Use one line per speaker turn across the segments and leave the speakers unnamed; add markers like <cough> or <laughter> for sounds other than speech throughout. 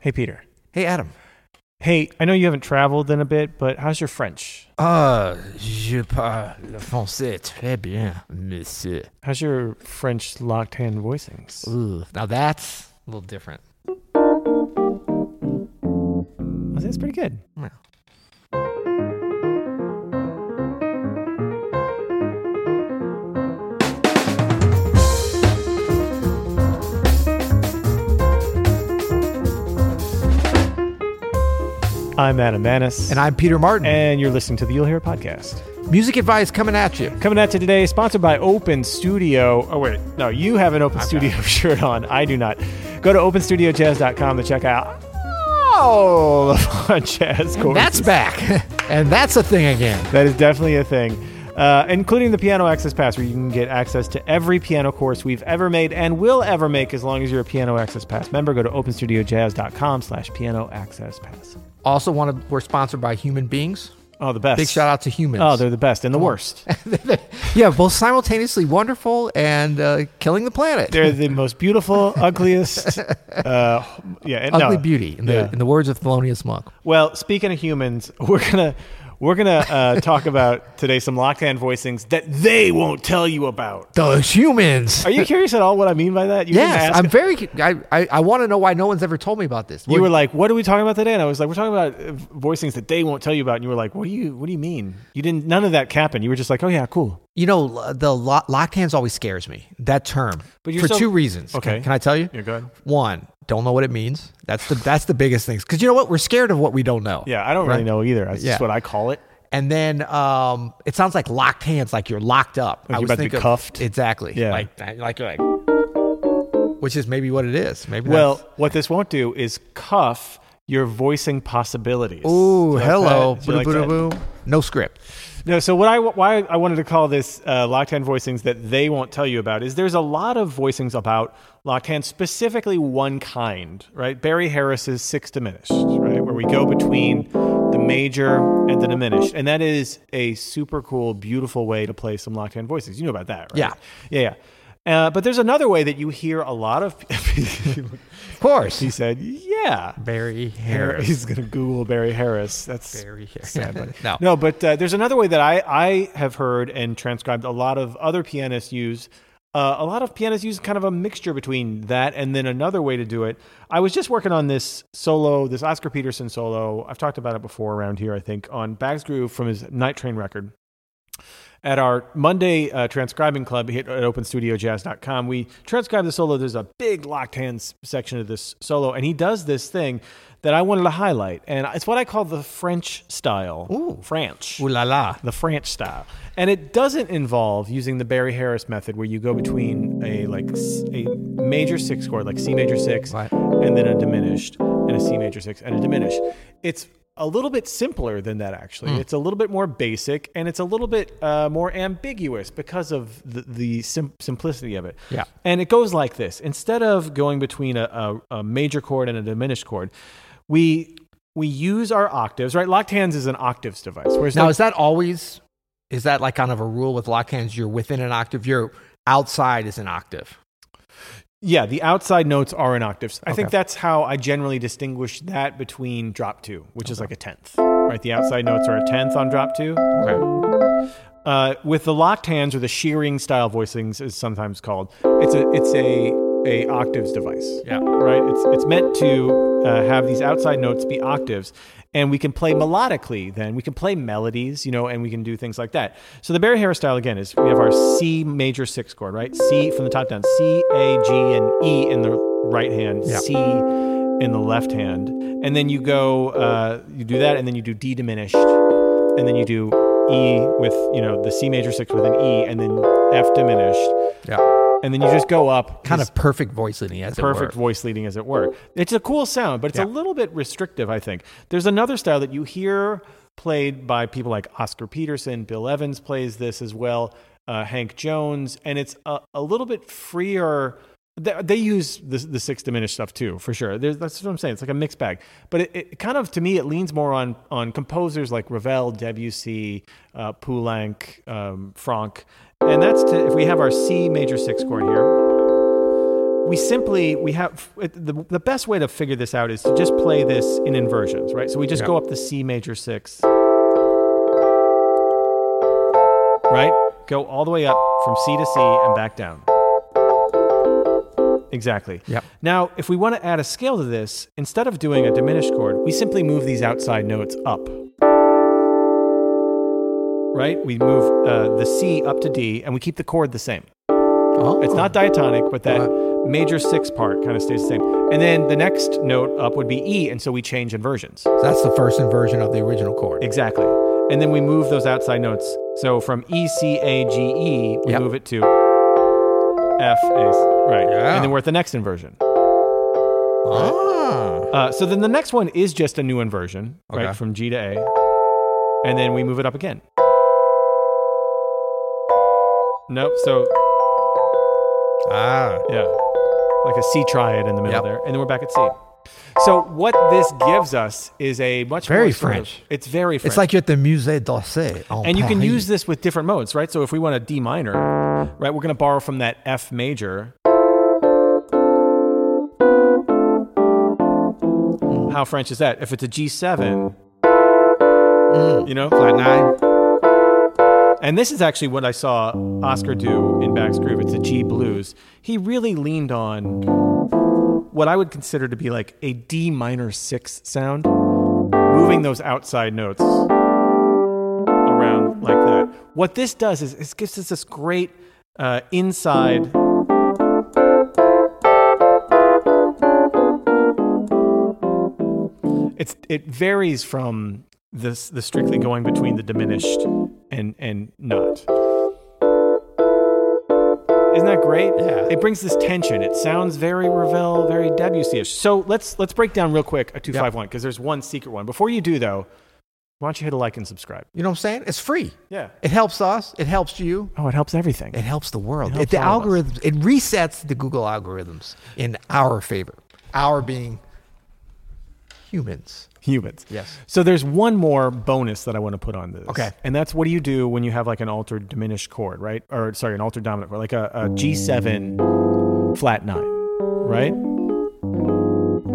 Hey, Peter.
Hey, Adam.
Hey, I know you haven't traveled in a bit, but how's your French?
Ah, je parle français très bien, monsieur.
How's your French locked hand voicings?
Ooh, now that's a little different.
I think it's pretty good.
Well.
I'm Adam Manis.
And I'm Peter Martin.
And you're listening to the You'll Hear podcast.
Music advice coming at you.
Coming at you today, sponsored by Open Studio. Oh, wait. No, you have an Open Studio <laughs> shirt on. I do not. Go to openstudiojazz.com to check out all of our <laughs> jazz courses.
That's back. <laughs> and that's a thing again.
That is definitely a thing, uh, including the Piano Access Pass, where you can get access to every piano course we've ever made and will ever make as long as you're a Piano Access Pass member. Go to openstudiojazz.com slash piano access pass.
Also, want to, we're sponsored by human beings.
Oh, the best.
Big shout out to humans.
Oh, they're the best and the worst.
yeah, both simultaneously wonderful and uh, killing the planet.
They're the most
<laughs>
beautiful, ugliest. Uh, yeah, and-
Ugly
no.
beauty, in the,
Yeah.
in the words of Thelonious Monk.
Well, speaking of humans, <laughs> we're gonna we're gonna uh, talk about today some locked hand voicings that they won't tell you about.
The humans. <laughs>
Are you curious at all what I mean by that? You didn't
yes,
ask-
I'm very. cu- I, I, I want to know why no one's ever told me about this.
you were like, "What are we talking about today?" And I was like, "We're talking about uh, voicings that they won't tell you about." And you were like, "What do you What do you mean? You didn't? None of that happened. You were just like, oh yeah, cool.'
You know, lo- the lo- locked hands always scares me. That term,
But you're
for
so-
two reasons.
Okay.
can, can I tell you?
Yeah, go ahead.
One, don't know what it means. That's the that's the biggest thing. Because you know what, we're scared of what we don't know.
Yeah, I don't really
Right.
know either. That's just
Yeah.
what I call it.
And then um, it sounds like locked hands, like you're locked up.
Like
I
you're
always
about to
think
be
of-
cuffed.
Exactly.
Yeah.
Like that- like you're like, which is maybe what it is. Maybe.
Well, what this won't do is cuff your voicing possibilities.
that's,
Do
ooh,
you like
hello,
that? Do you like that?
boom. No script.
No, so what I why I wanted to call this uh, locked hand voicings that they won't tell you about is there's a lot of voicings about locked hand, specifically one kind, right? Barry Harris's Six Diminished, right, where we go between the major and the diminished, and that is a super cool, beautiful way to play some locked hand voicings. You know about that, right?
Yeah.
yeah, yeah. Uh, but there's another way that you hear a lot of. <laughs> people-
Of course.
he said, "Yeah,
Barry
Harris.
Harris.
He's going to Google Barry Harris. That's
Barry Harris.
sad, buddy.
No.
no, but uh, there's another way that I, I have heard and transcribed a lot of other pianists use. Uh, a lot of pianists use kind of a mixture between that and then another way to do it. I was just working on this solo, this Oscar Peterson solo. I've talked about it before around here, I think, on Bags Groove from his Night Train record at our Monday uh, transcribing club hit at openstudiojazz.com, we transcribe the solo. There's a big locked hands section of this solo, and he does this thing that I wanted to highlight, and it's what I call the French style.
Ooh.
French.
Ooh la la.
The French style, and it doesn't involve using the Barry Harris method, where you go between a like s- a major six chord, like C major six,
Right.
and then a diminished, and a C major six, and a diminished. It's a little bit simpler than that, actually.
Hmm.
It's a little bit more basic, and it's a little bit uh, more ambiguous because of the, the sim- simplicity of it.
Yeah.
And it goes like this: instead of going between a, a, a major chord and a diminished chord, we we use our octaves, right? Locked hands is an octaves device. Whereas
Now,
like-
is that always, is that like kind of a rule with locked hands? You're within an octave, you're outside is an octave.
Yeah, the outside notes are in octaves. I think
Okay.
that's how I generally distinguish that between drop two, which is like a tenth, right? The outside notes are a tenth on drop two.
Okay.
Uh, with the locked hands or the shearing style voicings is sometimes called. It's a it's a a octaves device,
Yeah.
right? It's it's meant to uh, have these outside notes be octaves, and we can play melodically. Then we can play melodies, you know, and we can do things like that. So the Barry Harris style again is we have our C major six chord, right? C from the top down, C, A, G, and E in the right hand,
Yeah.
C in the left hand, and then you go uh, you do that, and then you do D diminished and then you do E with you know the C major six with an E, and then F diminished,
Yeah.
and then you just go up,
Kind
It's
of perfect voice leading, as
perfect
perfect. it were.
voice leading, as it were. It's a cool sound, but it's
Yeah.
a little bit restrictive, I think. There's another style that you hear played by people like Oscar Peterson, Bill Evans plays this as well, uh, Hank Jones, and it's a, a little bit freer. They, they use the, the six diminished stuff too, for sure. There's, that's what I'm saying. It's like a mixed bag, but it, it kind of, to me, it leans more on on composers like Ravel, Debussy, uh, Poulenc, um, Franck, and that's to, if we have our C major six chord here, we simply we have it- the, the best way to figure this out is to just play this in inversions right so we just
Yeah.
go up to c major six right go all the way up from c to c and back down exactly
Yep.
now if we want to add a scale to this instead of doing a diminished chord we simply move these outside notes up right we move uh, the c up to d and we keep the chord the same
Oh.
it's not diatonic, but that
Uh-huh.
major six part kind of stays the same. And then the next note up would be E, and so we change inversions.
That's the first inversion of the original chord.
Exactly. And then we move those outside notes. So from E, C, A, G, E, we
Yep.
move it to F, A, C. Right.
Yeah.
And then we're at the next inversion.
Ah.
Uh, so then the next one is just a new inversion,
Okay.
right? From G to A. And then we move it up again. Nope. So,
Ah.
yeah. Like a C triad in the middle
Yep.
there. And then we're back at C. So what this gives us is a much
Very
more sort of-
French.
it's very French.
It's like you're at the Musée d'Orsay. en
and you can
Paris.
use this with different modes, right? So if we want a D minor, right, we're going to borrow from that F major. How French is that? If it's a G7, you know?
Mm. flat nine.
And this is actually what I saw Oscar do in Back's Groove. It's a G blues. He really leaned on what I would consider to be like a D minor six sound, moving those outside notes around like that. What this does is it gives us this great uh, inside. It's it varies from this the strictly going between the diminished and and not. Isn't that great?
Yeah.
It brings this tension. It sounds very Ravel, very Debussy-ish. So let's let's break down real quick a two five one because there's one secret one. Before you do though, why don't you hit a like and subscribe?
You know what I'm saying? It's free.
Yeah.
It helps us. It helps you.
Oh, it helps everything. <laughs>
<laughs> It helps the world. It
helps
the
all of
algorithms. It resets the Google algorithms in our favor. Our being humans.
humans.
Yes.
So there's one more bonus that I want to put on this.
Okay.
And that's what do you do when you have like an altered diminished chord, right? Or sorry, an altered dominant chord, like a a G7 flat nine, right?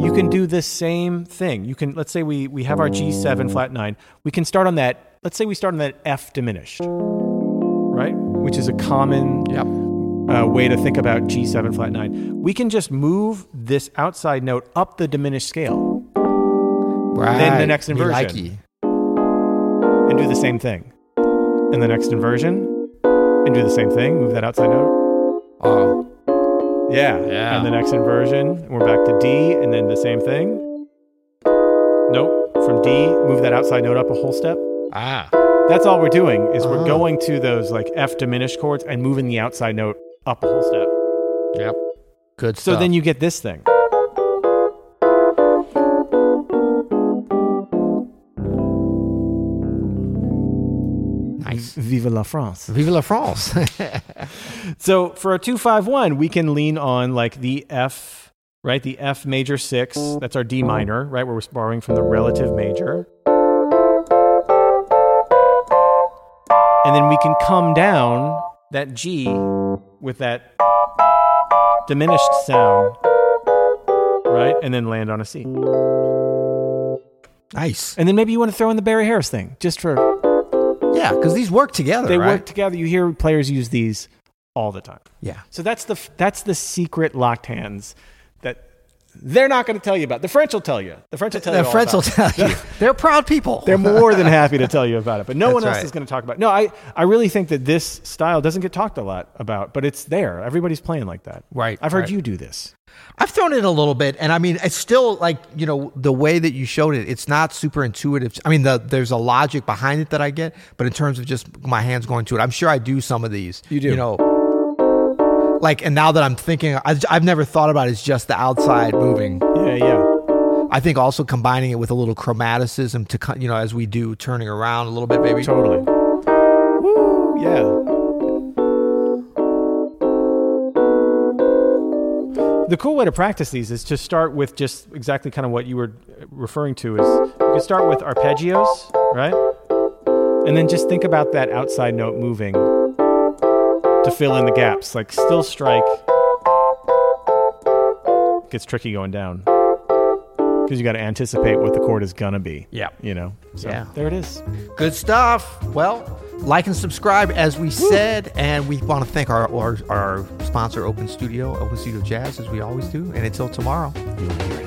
You can do the same thing. You can let's say we we have our G7 flat nine. We can start on that. Let's say we start on that F diminished, right? Which is a common
Yep.
uh, way to think about G7 flat 9. We can just move this outside note up the diminished scale
Right.
Then the next
We
inversion.
Like you.
and do the same thing. And the next inversion, and do the same thing, move that outside note.
Oh,
Yeah.
Yeah.
And the next inversion, we're back to D, and then the same thing. Nope. From D, move that outside note up a whole step.
ah.
That's all we're doing is we're
Uh-huh.
going to those like F diminished chords and moving the outside note up a whole step.
Yep. Good
So
stuff.
then you get this thing.
nice.
Vive la France.
Vive la France. <laughs>
So for a 251, we can lean on like the F, right? The F major 6, that's our D minor, right? Where we're borrowing from the relative major. And then we can come down that G with that diminished sound, right? And then land on a C.
nice.
And then maybe you want to throw in the Barry Harris thing just for
Yeah, because these work together.
they
right?
work together. You hear players use these all the time.
Yeah.
So that's the that's the secret locked hands that they're not going to tell you about. The French will tell you. The French will tell you.
The
all
French will
about it.
tell you. <laughs> They're proud people.
They're more
<laughs>
than happy to tell you about it, but no
That's
one else
right.
is going to talk about. It. No, I I really think that this style doesn't get talked a lot about, but it's there. Everybody's playing like that.
Right,
I've heard
right.
you do this.
I've thrown it a little bit, and I mean, it's still like you know the way that you showed it. It's not super intuitive. I mean, the, there's a logic behind it that I get, but in terms of just my hands going to it, I'm sure I do some of these.
You do.
you know, like, and now that I'm thinking, I've, I've never thought about it as just the outside moving.
Yeah, yeah.
I think also combining it with a little chromaticism to co- you know as we do turning around a little bit, maybe.
Totally. Woo, yeah. The cool way to practice these is to start with just exactly kind of what you were uh, referring to is you can start with arpeggios, right? And then just think about that outside note moving to fill in the gaps, like still strike, gets tricky going down because you got to anticipate what the chord is gonna be.
Yeah.
you know. So
Yeah.
there it is.
Good stuff. Well, like and subscribe as we said, and we want to thank our, our our sponsor, Open Studio, Open Studio Jazz, as we always do. And until tomorrow,
You'll hear it.